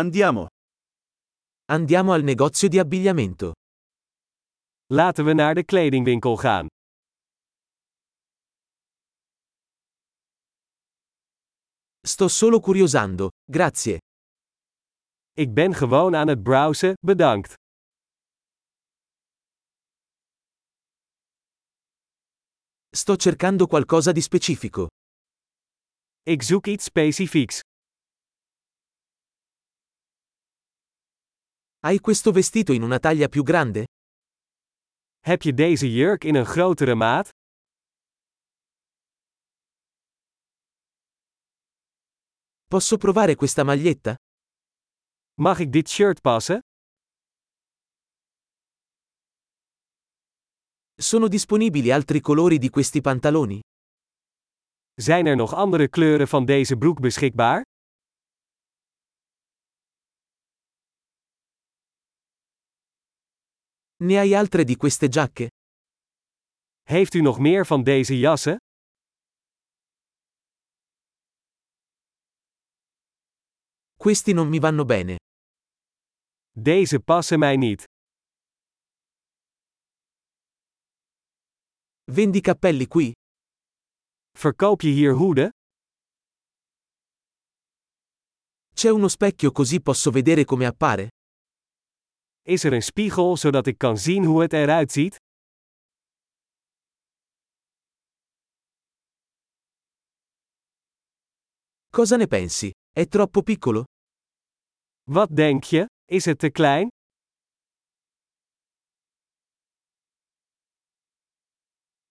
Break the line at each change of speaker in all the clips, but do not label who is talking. Andiamo.
Andiamo al negozio di abbigliamento.
Laten we naar de kledingwinkel gaan.
Sto solo curiosando, grazie.
Ik ben gewoon aan het browsen, bedankt.
Sto cercando qualcosa di specifico.
Ik zoek iets specifieks.
Hai questo vestito in una taglia più grande?
Heb je deze jurk in een grotere maat?
Posso provare questa maglietta?
Mag ik dit shirt passen?
Sono disponibili altri colori di questi pantaloni?
Zijn er nog andere kleuren van deze broek beschikbaar?
Ne hai altre di queste giacche?
Heeft u nog meer van deze jassen?
Questi non mi vanno bene.
Deze passen mij niet.
Vendi cappelli qui?
Verkoop je hier hoeden?
C'è uno specchio così posso vedere come appare?
Is er een spiegel zodat ik kan zien hoe het eruit ziet?
Cosa ne pensi? È troppo piccolo?
Wat denk je? Is het te klein?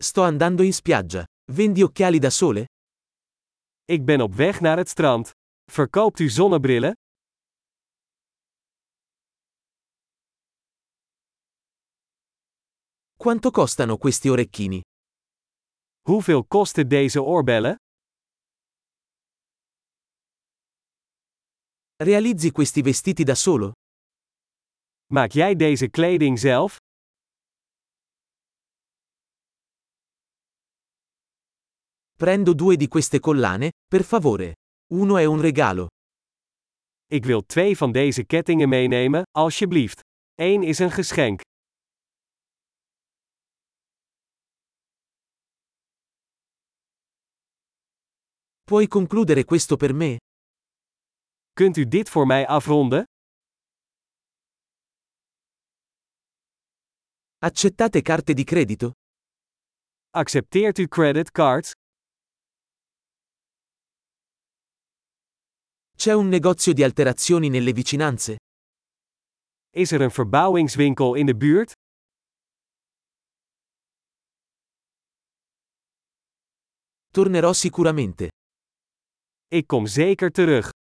Sto andando in spiaggia. Vendi occhiali da sole?
Ik ben op weg naar het strand. Verkoopt u zonnebrillen?
Quanto costano questi orecchini?
Hoeveel kosten deze oorbellen?
Realizzi questi vestiti da solo?
Maak jij deze kleding zelf?
Prendo due di queste collane, per favore. Uno è un regalo.
Ik wil twee van deze kettingen meenemen, alsjeblieft. Eén is een geschenk.
Puoi concludere questo per me?
Kunt u dit voor mij afronden?
Accettate carte di credito?
Accepteert u creditcards?
C'è un negozio di alterazioni nelle vicinanze?
Is er een verbouwingswinkel in de buurt?
Tornerò sicuramente.
Ik kom zeker terug.